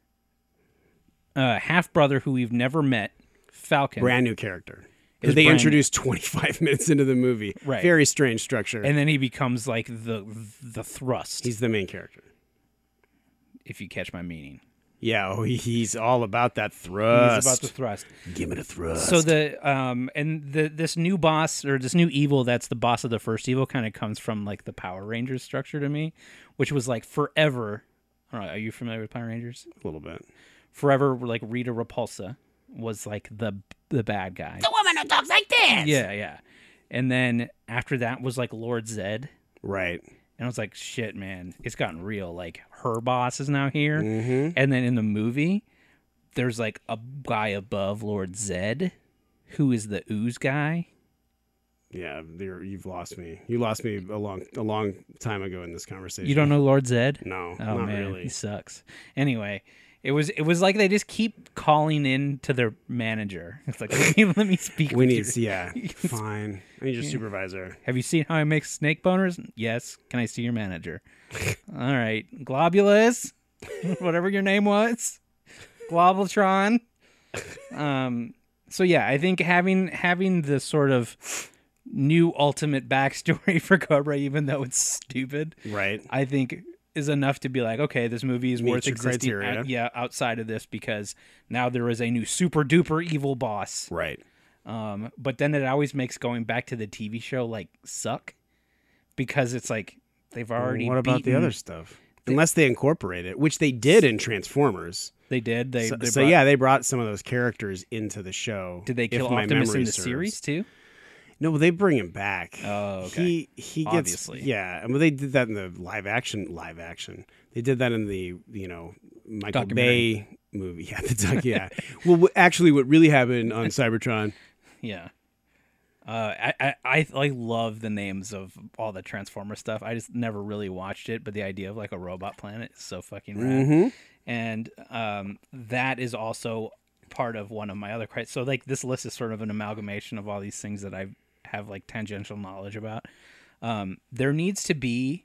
uh, half brother, who we've never met, Falcon,
Brand new character. 'Cause
Is
They
brand-
introduced 25 <laughs> minutes into the movie.
Right.
Very strange structure.
and then he becomes like the the thrust.
he's the main character.
if you catch my meaning,
Yeah, oh, he- he's all about that
he's
thrust.
about the thrust.
Give it a thrust.
So the um and the this new boss or this new evil that's the boss of the first evil kind of comes from like the Power Rangers structure to me, which was like forever. I don't know, are you familiar with Power Rangers?
a little bit.
Forever, like Rita Repulsa was like the the bad guy.
The woman who talks like this.
Yeah, yeah. And then after that was like Lord Zed.
Right.
And I was like, shit, man, it's gotten real. Like her boss is now here.
Mm-hmm.
And then in the movie, there's like a guy above Lord Zed who is the ooze guy.
Yeah, you're, you've lost me. You lost me a long, a long time ago in this conversation.
You don't know Lord Zed?
No,
Oh
not
man, he
really.
sucks. Anyway, it was it was like they just keep calling in to their manager. It's like <laughs> let me, let me speak.
We
with
need,
you.
yeah,
<laughs>
fine. I need your supervisor.
Have you seen how I make snake boners? Yes. Can I see your
<laughs>
manager? All right, Globulus, <laughs> whatever your name was, Globultron. Um. So yeah, I think having having the sort of new ultimate backstory <laughs> for Cobra, even though it's stupid,
Right.
I think is enough to be like, okay, this movie is
Meets
worth
your
existing.
criteria.
out- yeah, outside of this because now there is a new super duper evil boss.
Right.
Um, but then it always makes going back to the TV show like suck because it's like they've already.
What about the
beaten-
other stuff? Unless they incorporate it, which they did in Transformers.
They did. They,
So,
they
so
brought-
yeah, they brought some of those characters into the show.
Did they
if
kill
my
Optimus in
memory
the
serves.
series too?
No, they bring him back.
Oh, okay.
He he gets
Obviously.
yeah. I mean, they did that in the live action. Live action. They did that in the you know Michael
Documentary.
<laughs> Bay movie. Yeah, the doc. Yeah. well, wh- actually, what really happened on Cybertron
Yeah. Uh, I, I, I I love the names of all the Transformer stuff. I just never really watched it, but the idea of like a robot planet is so fucking rad. And um, that is also part of one of my other cri- so like this list is sort of an amalgamation of all these things that I have like tangential knowledge about. Um, there needs to be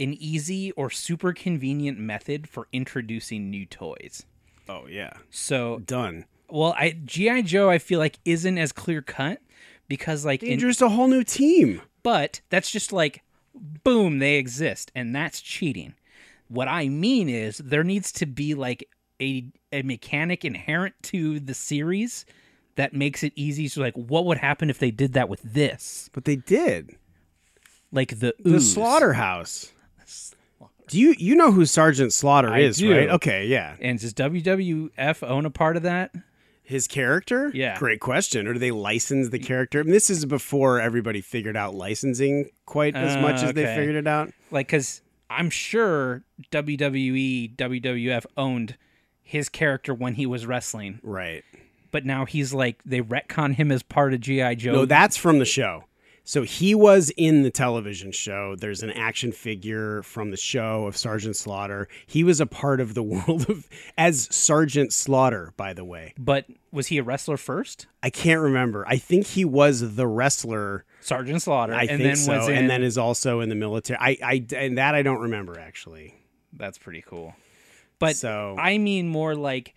an easy or super convenient method for introducing new toys.
Oh yeah,
So
done.
well, I GI Joe I feel like isn't as clear cut because like in,
Danger's a whole new team.
but that's just like boom they exist and that's cheating. What I mean is there needs to be like a a mechanic inherent to the series that makes it easy so like what would happen if they did that with this?
But they did
Like the
the
ooze.
slaughterhouse. Do you you know who Sergeant Slaughter is,
do.
right? Okay, yeah.
And does WWF own a part of that?
His character?
Yeah.
Great question. Or do they license the character? And this is before everybody figured out licensing quite as
Ah,
much as they
okay.
figured it out.
like because i'm sure E, wwe wwf owned his character when he was wrestling
Right.
but now he's like they retcon him as part of gi joe
No, that's from the show. So he was in the television show. There's an action figure from the show of Sergeant Slaughter. He was a part of the <laughs> world of as Sergeant Slaughter, by the way.
but was he a wrestler first
I can't remember. I think he was the wrestler.
sergeant slaughter
I
and
think
then
so,
was in
and then is also in the military. I, I, and that I don't remember actually.
that's pretty cool but
So-
i mean more like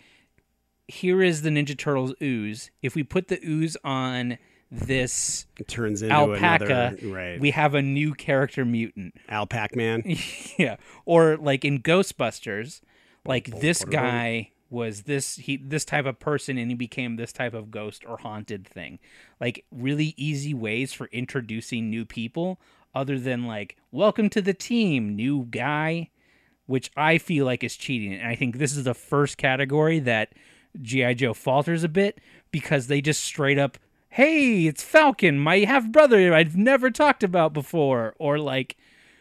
here is the ninja turtles ooze if we put the ooze on this
It turns into
alpaca
another right
we have a new character mutant
Alpac Man.
<laughs> yeah or like in ghostbusters like this guy was this he this type of person and he became this type of ghost or haunted thing like really easy ways for introducing new people other than like welcome to the team new guy which i feel like is cheating and i think this is the first category that gi joe falters a bit because they just straight up hey it's falcon my half brother i've never talked about before or like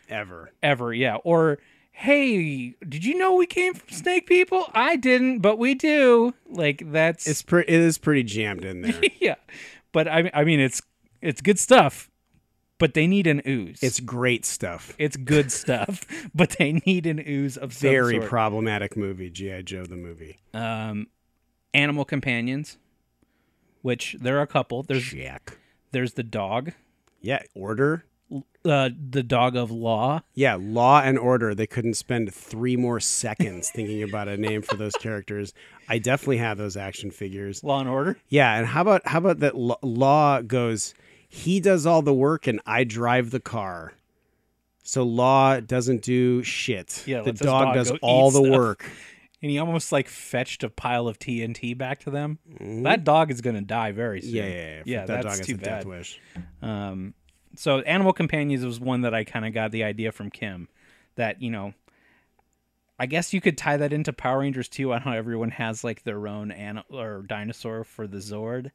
Ever
ever. Yeah. Or hey, did you know we came from snake people? I didn't, but we do. Like that's
it's pre- it is pretty jammed in <laughs> there.
<laughs> yeah. But I I mean it's it's good stuff, but they need an ooze.
it's great stuff.
it's good stuff, <laughs> but they need an ooze of some
Very
sort.
problematic movie, GI Joe the movie.
um, animal companions, which there are a couple. There's
Jack.
there's the dog,
Yeah, order.
uh, the dog of law.
Yeah, Law and Order. They couldn't spend three more <laughs> seconds thinking about a name for those characters. I definitely have those action figures.
Law and Order.
Yeah, and how about how about that? L- Law goes. He does all the work, and I drive the car. So Law doesn't do shit.
Yeah,
the
lets his
dog,
dog
does
go eat
all the
stuff.
work.
and he almost like fetched a pile of TNT back to them. That dog is gonna die very soon.
Mm. Yeah, yeah, yeah. Fuck that
that's
dog, it's
too
a death
bad.
wish.
Um, so Animal Companions was one that I kind of got the idea from Kim, that you know, I guess you could tie that into Power Rangers too on how everyone has like their own an- or dinosaur for the Zord,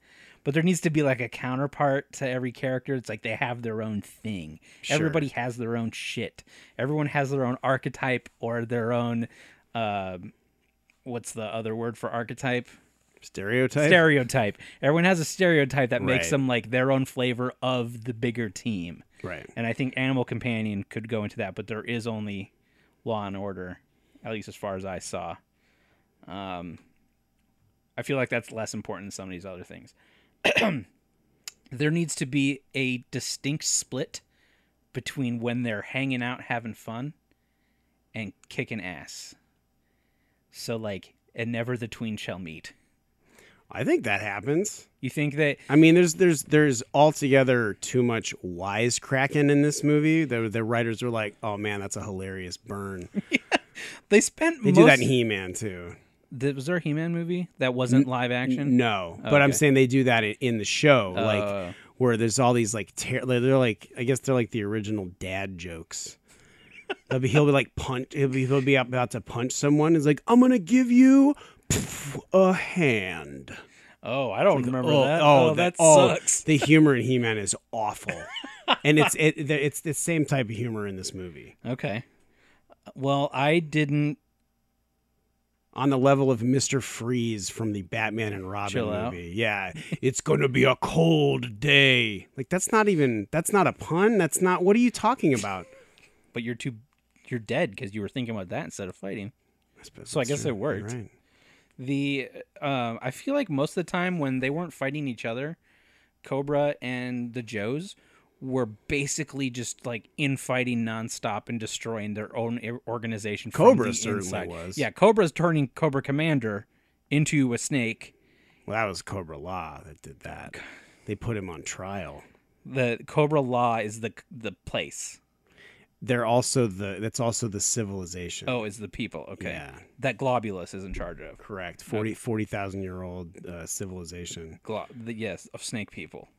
but there needs to be like a counterpart to every character. It's like they have their own thing. Everybody has their own shit. Everyone has their own archetype or their own. um what's the other word for archetype?
Stereotype.
stereotype. Everyone has a stereotype that makes
Right.
them like their own flavor of the bigger team.
right.
And I think Animal Companion could go into that, but there is only Law and Order, at least as far as I saw. Um, I feel like that's less important than some of these other things. <clears throat> there needs to be a distinct split between when they're hanging out having fun and kicking ass. So like, and never the tween shall meet.
I think that happens.
You think that
I mean, there's there's there's altogether too much wisecracking in this movie. The the writers were like, "Oh man, that's a hilarious burn."
<laughs> They spent
They
most.
do that in He Man too.
Th- was there a He-Man movie that wasn't live action? Oh,
No, but I'm
Okay.
saying they do that i- in the show,
Oh.
like where there's all these like ter- they're they're like I guess they're like the original dad jokes. They'll be, he'll be like punch. He'll be, he'll be about to punch someone. He's like, "I'm gonna give you pff, a hand."
Oh, I don't remember that.
oh,
Oh, that,
oh,
sucks.
The humor in He-Man is awful, and it's it, the- it's the same type of humor in this movie.
Okay. Well, I didn't.
on the level of Mister Freeze from the Batman and Robin
Chill out.
movie. Yeah, it's going to be a cold day. Like that's not even that's not a pun. That's not what are you talking about?
But you're too you're dead because you were thinking about that instead of fighting.
suppose
So I
that's
guess
true.
it
You're
worked.
right.
The um, I feel like most of the time when they weren't fighting each other, Cobra and the Joes were basically just like infighting nonstop and destroying their own i- organization. from
Cobra
the
certainly
inside.
was.
Yeah, Cobra's turning Cobra Commander into a snake.
Well, that was Cobra Law that did that. They put him on trial.
The Cobra Law is the the place.
They're also the that's also the civilization.
Oh, is the people. Okay.
Yeah.
That Globulus is in charge of.
Correct. 40 40,000 year old uh, civilization.
Glo- the, yes, of snake people.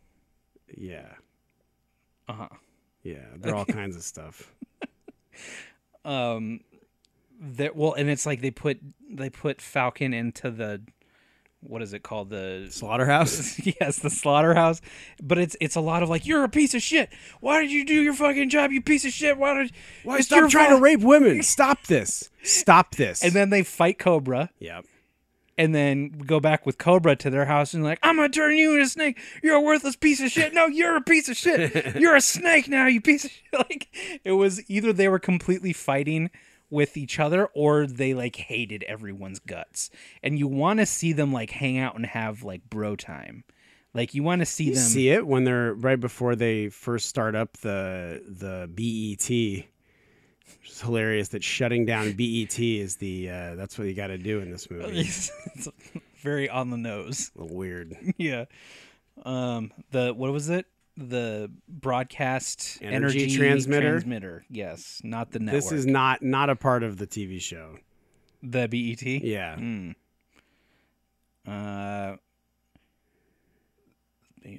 Yeah.
Uh-huh.
Yeah. They're all kinds of stuff.
um that well and it's like they put they put falcon into the what is it called the <laughs>
Slaughterhouse?
yes the slaughterhouse but it's it's a lot of like you're a piece of shit why did you do your fucking job you piece of shit why did
Why
it's
stop
your
trying
fault."
to rape women? Stop this. Stop this.
and then they fight cobra
yep.
and then go back with cobra to their house and like i'm gonna turn you into a snake you're a worthless piece of shit no you're a piece of
<laughs>
shit you're a snake now you piece of shit <laughs> like it was either they were completely fighting with each other or they like hated everyone's guts and you want to see them like hang out and have like bro time like you want to see
You
them
see it when they're right before they first start up the the BET. It's hilarious that shutting down BET is the uh, that's what you got to do in
<laughs>
this
<laughs>
movie.
it's very on the nose
A little weird.
yeah um the what was it the broadcast
Energy
energy,
transmitter?
transmitter yes not the network
This is not not a part of the TV show.
the E bet
Yeah.
uh,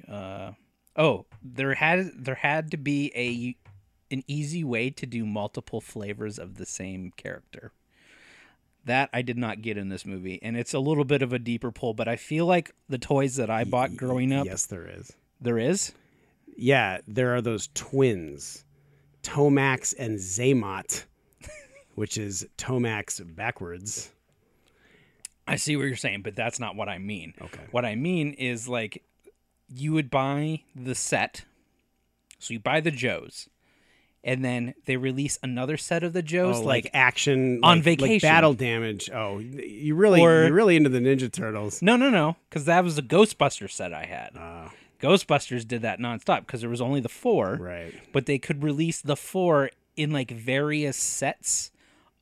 uh, oh, there had there had to be a an easy way to do multiple flavors of the same character. That I did not get in this movie, and it's a little bit of a deeper pull. But I feel like the toys that I bought growing up,
Yes, there is.
there is.
Yeah, there are those twins, Tomax
<laughs>
and Zaymot, which is Tomax backwards.
I see what you're saying, but that's not what I mean.
Okay.
What I mean is like you would buy the set. So you buy the Joes. And then they release another set of the Joes
Oh, like,
like,
action
on
like- like
vacation.
battle damage. Oh, you really
Or-
you're really into the Ninja
<laughs>
Turtles.
No, no, no, cuz that was the Ghostbuster set I had. Ghostbusters did that nonstop because there was only the 4.
Ah. Right.
But they could release the 4 in like various sets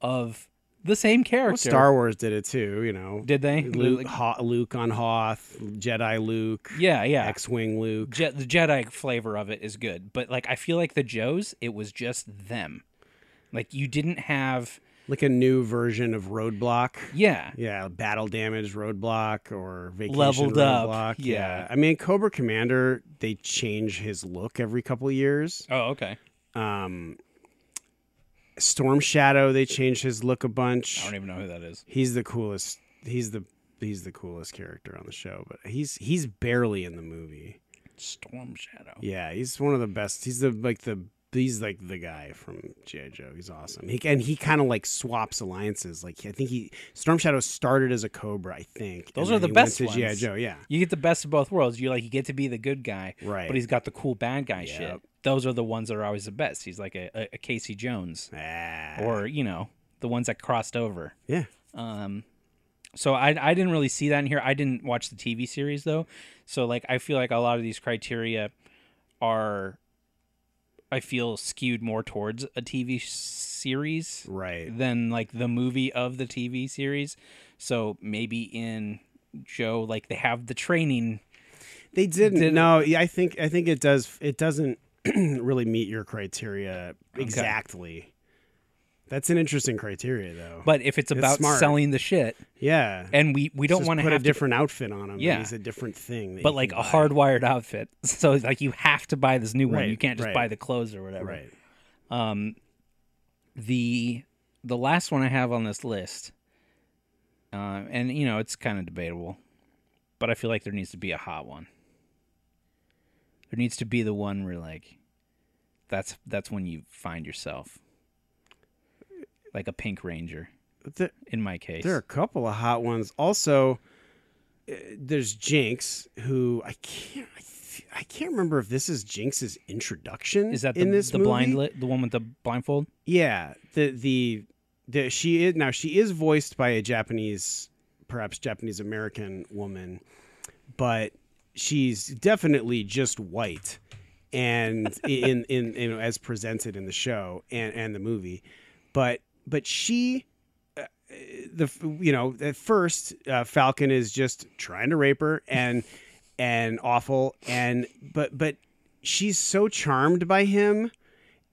of the same character.
Star Wars did it too. You know.
did they?
Luke,
Like-
Ho- Luke on Hoth, Jedi Luke,
yeah, yeah.
X-wing Luke.
Je- the Jedi flavor of it is good, but like I feel like the Joes, it was just them. Like you didn't have,
Like a new version of Roadblock.
yeah,
Yeah, battle damage roadblock or vacation
Leveled up,
roadblock.
yeah.
I mean Cobra Commander, they change his look every couple of years.
oh okay,
Um, Storm Shadow, they change his look a
I
bunch.
don't even know who that is.
He's the coolest. He's the he's the coolest character on the show, but he's he's barely in the movie.
Storm Shadow.
Yeah, he's one of the best. He's the like the he's like the guy from GI Joe. He's awesome. He and he kind of like swaps alliances. Like I think he Storm Shadow started as a Cobra. I think
Those
and
are
then
the
he went
best
to GI
ones.
Joe. Yeah,
You get the best of both worlds. You like you get to be the good guy,
Right.
But he's got the cool bad guy
Yep.
shit. Those are the ones that are always the best. He's like a, a, a Casey Jones,
ah,
or you know the ones that crossed over.
yeah.
Um, so I I didn't really see that in here. I didn't watch the TV series though, so like I feel like a lot of these criteria are, I feel skewed more towards a TV series
Right.
than like the movie of the TV series. So maybe in Joe, like they have the training.
They didn't.
Did-
no, yeah, I think I think it does. It doesn't <clears throat> really meet your criteria exactly. That's an interesting criteria, though.
But if it's about
smart.
selling the shit,
yeah,
and we we don't
Just
want to
put
have
a
to
different outfit on him.
Yeah.
he's a different thing. that
but
you
like
can
a
buy.
hardwired outfit. <laughs> So like you have to buy this new one.
Right,
You can't just
right.
buy the clothes or whatever. <laughs>
right?
the the last one I have on this list, uh, and you know it's kind of debatable, but I feel like there needs to be a hot one. There needs to be the one where like, that's that's when you find yourself, like a Pink Ranger.
There,
in my case.
there are a couple of hot ones. Also, uh, there's Jinx, who I can't. I th- I can't remember if this is Jinx's introduction.
Is that the,
in this
the
movie.
blind li- the one with the blindfold?
Yeah, the the the she is now she is voiced by a Japanese, perhaps Japanese American woman, but she's definitely just white, and <laughs> in in, in as presented in the show and and the movie, but but she. uh, The f- you know at first uh, Falcon is just trying to rape her and and awful and but but she's so charmed by him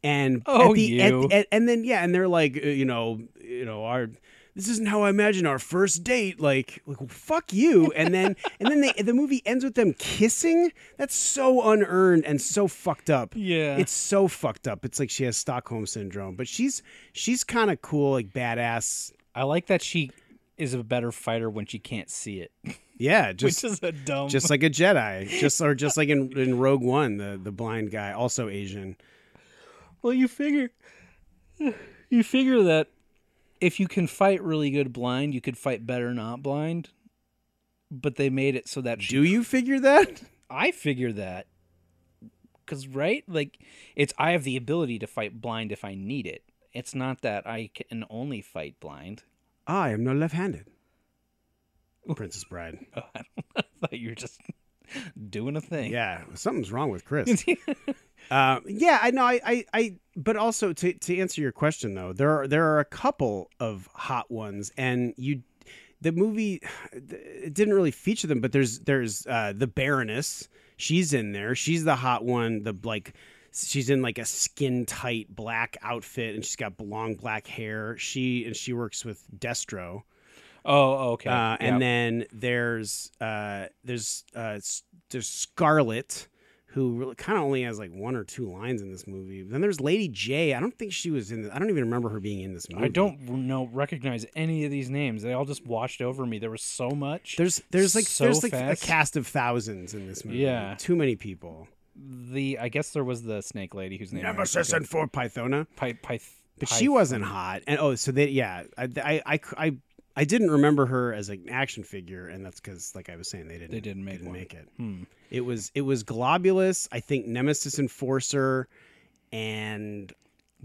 and
Oh,
at the, at-
you.
at- and then yeah and they're like uh, you know you know our this isn't how I imagine our first date like like well, fuck you and then
<laughs>
and then they, the movie ends with them kissing that's so unearned and so fucked up
Yeah.
it's so fucked up it's like she has Stockholm syndrome but she's she's kind of cool like badass
I like that she is a better fighter when she can't see it,
yeah just
which is <laughs> a dumb.
just like a Jedi just or just like in, in Rogue One the the blind guy also Asian
well, you figure, <sighs> you figure that if you can fight really good blind, you could fight better not blind. But they made it so that she
do you figure that
I figure that. Cause right, like it's I have the ability to fight blind if I need it. It's not that I can only fight blind. <laughs>
I am Ah, not left-handed Princess Bride
Oh, I, don't, I thought you were just <laughs> doing a thing.
Yeah, something's wrong with
<laughs>
Chris. uh, yeah, I know. I, I, I, but also to to answer your question though, there are there are a couple of hot ones, and you, the movie, <sighs> it didn't really feature them, but there's there's uh, the Baroness. She's in there. She's the hot one. The like. She's in like a skin tight black outfit and she's got long black hair. She and she works with Destro.
Oh, okay.
Uh, and
Yep.
then there's uh, there's uh, s- there's Scarlet, who really kind of only has like one or two lines in this movie. Then there's Lady J. I don't think she was in. The, I don't even remember her being in this movie.
I don't know recognize any of these names. They all just washed over me. There was so much.
There's there's like
So
there's like
fast.
a cast of thousands in this movie.
Yeah.
too many people.
the I guess there was the snake lady whose name I
Nemesis
forget.
and Four Pythona.
Pi- Pyth-
But she wasn't hot. And oh, so they yeah, I I I. I I didn't remember her as an action figure, and that's because, like I was saying, they didn't
They didn't make
didn't
one.
make it.
Hmm.
It was it was Globulus, I think Nemesis Enforcer, and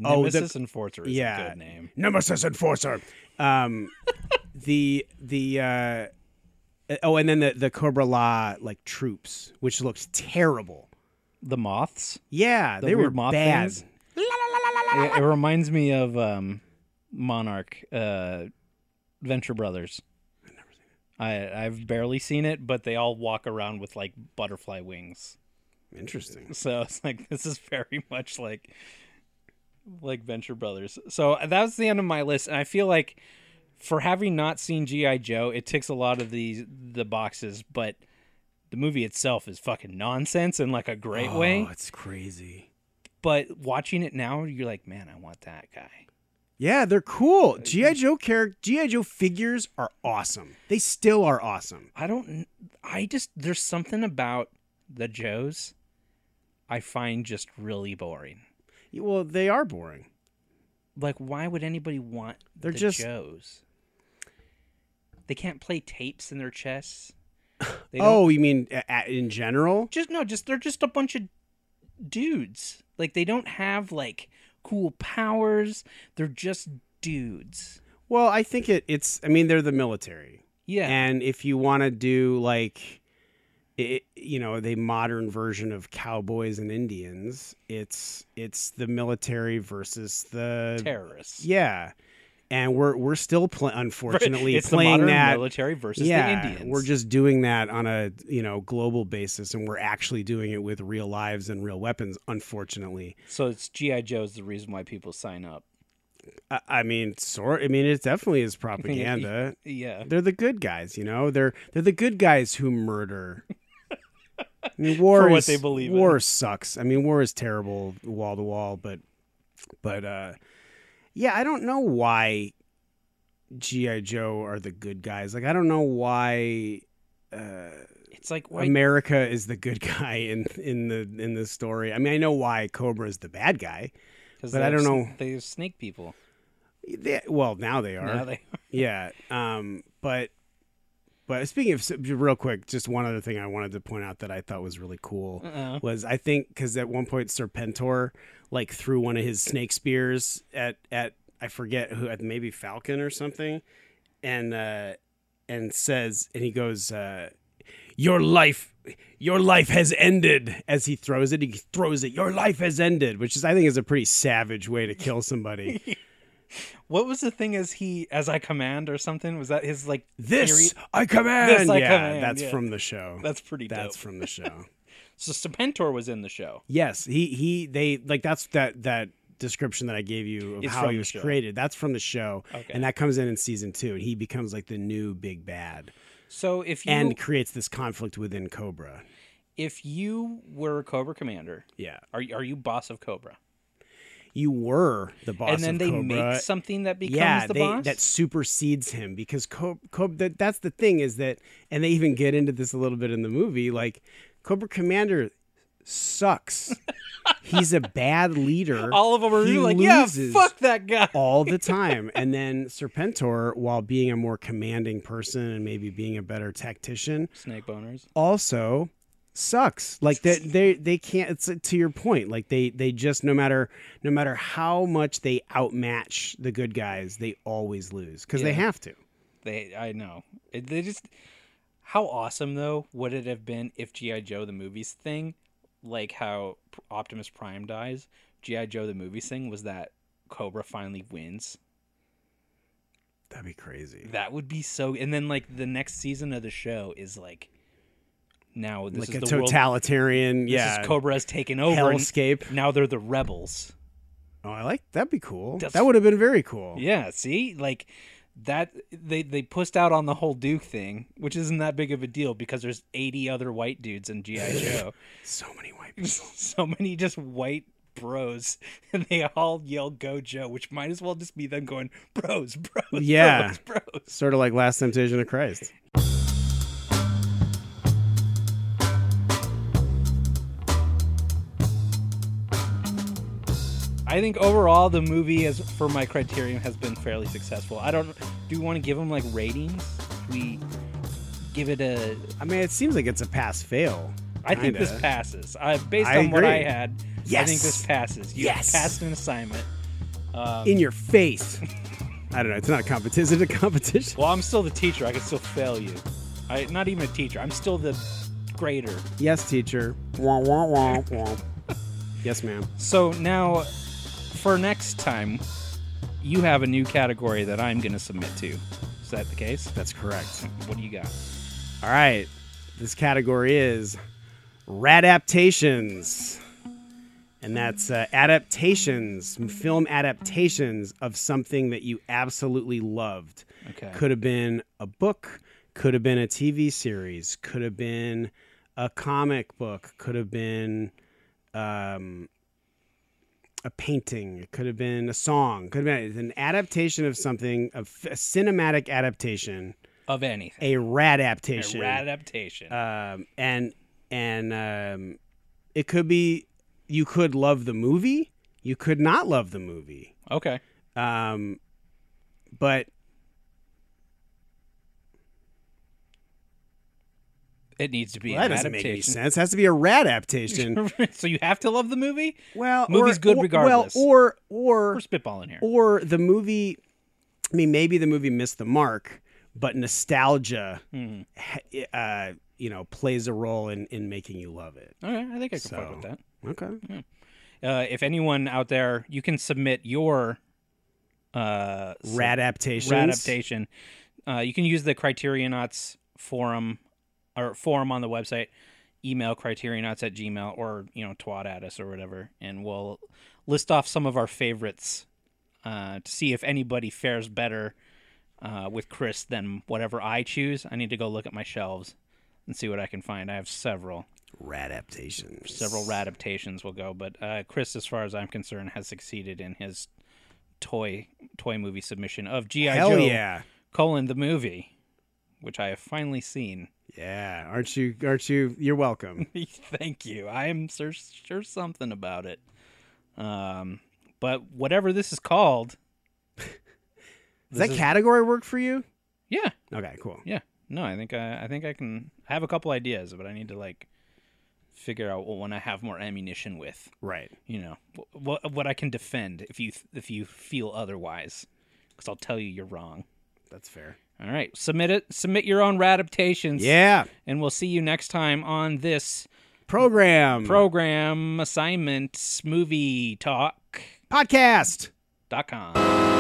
Oh, the-
Nemesis Enforcer is a
yeah.
good name.
Nemesis Enforcer. Um, <laughs> the the uh, oh, and then the the Cobra La like troops, which looked terrible.
The moths.
Yeah,
The
they were
weird moth
bad.
things? it, it reminds me of um, Monarch, uh, Venture Brothers. I, I've barely seen it, but they all walk around with like butterfly wings.
Interesting.
<laughs> So it's like this is very <laughs> much like like Venture Brothers. So that was the end of my list, and I feel like for having not seen GI Joe, it ticks a lot of these the boxes, but the movie itself is fucking nonsense in like a great way.
Oh, it's crazy.
But watching it now, you're like, man, I want that guy.
Yeah, they're cool. GI Joe character, GI Joe figures are awesome. They still are awesome.
I don't. I just there's something about the Joes I find just really boring.
Well, they are boring.
Like, why would anybody want
They're
the
just-
Joes? They can't play tapes in their
<laughs>
chests. They don't-
Oh, you mean a- a- in general?
just no, just they're just a bunch of dudes. Like they don't have like cool powers. They're just dudes.
Well, I think it, it's. I mean, they're the military,
Yeah,
and if you want to do like, it, you know, the modern version of cowboys and Indians, it's it's the military versus the
terrorists.
yeah, and we're we're still pl- unfortunately
it's the
playing
modern
that.
military versus
yeah,
the Indians.
we're just doing that on a you know global basis, and we're actually doing it with real lives and real weapons. Unfortunately,
so it's GI Joe is the reason why people sign up.
I, I mean, sort. I mean, it definitely is
think it-
propaganda.
Yeah.
They're the good guys, you know. They're they're the good guys
<laughs>
who murder. I mean, war
For what
is-
they believe in.
War sucks. I mean, war is terrible, wall to wall. But but uh, yeah, I don't know why GI Joe are the good guys. Like, I don't know why uh,
It's like why
America is the good <laughs> guy in in the in this story. I mean, I know why Cobra is the bad guy.
because
but I don't know.
They have snake people.
They, well, now they are.
Now they <laughs>
yeah. Um, but but speaking of real quick, just one other thing I wanted to point out that I thought was really cool
Uh-oh.
was I think because at one point Serpentor like threw one of his snake spears at at I forget who at maybe Falcon or something, and uh, and says and he goes. Uh, your life your life has ended as he throws it he throws it your life has ended which is i think is a pretty savage way to kill somebody
<laughs> What was the thing as he as I command or something? Was that his like
this
theory?
i command
I
yeah
command,
that's
yeah.
from the show
That's pretty dope.
that's from the show
so Serpentor was in the show.
yes he he they like that's that that description that i gave you of
It's
how
from
he
the
was
show.
created that's from the show
Okay.
and that comes in in season two and he becomes like the new big bad
So if you
and creates this conflict within cobra
if you were Cobra Commander,
yeah
are you- are you boss of Cobra?
you were the boss
and then
of
they
cobra
make something that becomes
yeah,
the
they,
boss.
that supersedes him because Cobra. that, that's the thing is that, and they even get into this a little bit in the movie. Like Cobra Commander
<laughs>
sucks. He's a bad leader.
All of them are
He
like,
loses
yeah, fuck that guy. <laughs>
all the time. And then Serpentor, while being a more commanding person and maybe being a better tactician,
Snake boners.
also sucks like that they, they can't it's to your point like they they just no matter no matter how much they outmatch the good guys they always lose because they
Yeah.
have to
They, I know. It- They just. How awesome though would it have been if GI Joe the movies thing, like how P- Optimus Prime dies, GI Joe the movies thing was that Cobra finally wins.
that'd be crazy
That would be so. And then like the next season of the show is like, now this
like a
is the world.
totalitarian
This
yeah
is Cobra has taken over. and
hellscape
now they're the rebels.
oh i like that'd be cool
That's-
that would have been very cool
Yeah, see, like that they they pushed out on the whole Duke thing, which isn't that big of a deal because there's 80 other white dudes in GI
<laughs>
Joe.
so many white
<laughs>
people
so many just white bros, <laughs> and they all yell "Go Joe," which might as well just be them going "Bros, bros,
Yeah.
bros, bros."
sort of like last temptation of christ
I think overall the movie, as for my criterion, has been fairly successful. I don't do you want to give them like ratings. Do we give it a
i mean it seems like it's a pass fail
I think this
Kinda.
passes. I, based
I
on what I
agree.
had, I think
Yes.
this passes. You
Yes.
passed an assignment.
in your face i don't know it's not a competition is it a competition <laughs>
Well, I'm still the teacher. I can still fail you. I not even a teacher. I'm still the grader.
Yes, teacher. Wah, wah, wah, wah. yes, ma'am.
So now, for next time, you have a new category that I'm going to submit to. Is that the case?
That's correct.
What do you got?
All right. This category is radaptations. And that's uh, adaptations, film adaptations of something that you absolutely loved.
Okay.
Could have been a book, could have been a TV series, could have been a comic book, could have been um, a painting, it could have been a song, could have been an adaptation of something, a, f- a cinematic adaptation,
of anything?
a rad
A
adaptation.
adaptation.
um, and and um, it could be you could love the movie, you could not love the movie.
okay.
Um, but
It needs to be
Well, that
an
doesn't make any
adaptation.
sense. It has to be a
<laughs>
rat adaptation.
so you have to love the movie.
well,
Movie's
or-
good
or-
regardless.
Well, or or
We're spitballing here.
or the movie. I mean, maybe the movie missed the mark, but nostalgia,
Mhm.
ha- uh, you know, plays a role in in making you love it.
All right, I think I can fuck
So-
with that.
Okay.
uh, if anyone out there, you can submit your uh, sub-
Rat adaptations.
radaptation. Uh, you can use the Criterionauts forum or forum on the website. Email Criterionauts at Gmail or you know twat at us or whatever, and we'll list off some of our favorites uh, to see if anybody fares better uh, with Chris than whatever I choose. I need to go look at my shelves and see what I can find. I have several
Radaptations.
several adaptations will go, but uh, Chris, as far as I'm concerned, has succeeded in his toy toy movie submission of GI
Hell
Joe:
yeah.
colon the movie, which I have finally seen. <laughs>
Yeah. Aren't you? Aren't you? You're welcome.
Thank you. I am sure, sure something about it. Um, but whatever this is called,
Does
<laughs> this
that
is-
category work for you?
yeah,
Okay, cool.
yeah. No, I think I, I think I can. I have a couple ideas, but I need to like figure out what one I have more ammunition with.
Right.
You know, what what I can defend if you if you feel otherwise, because I'll tell you you're wrong.
That's fair.
All right, submit it. Submit your own radaptations.
Yeah.
and we'll see you next time on this
Program.
program assignment movie talk
Podcast.
dot com.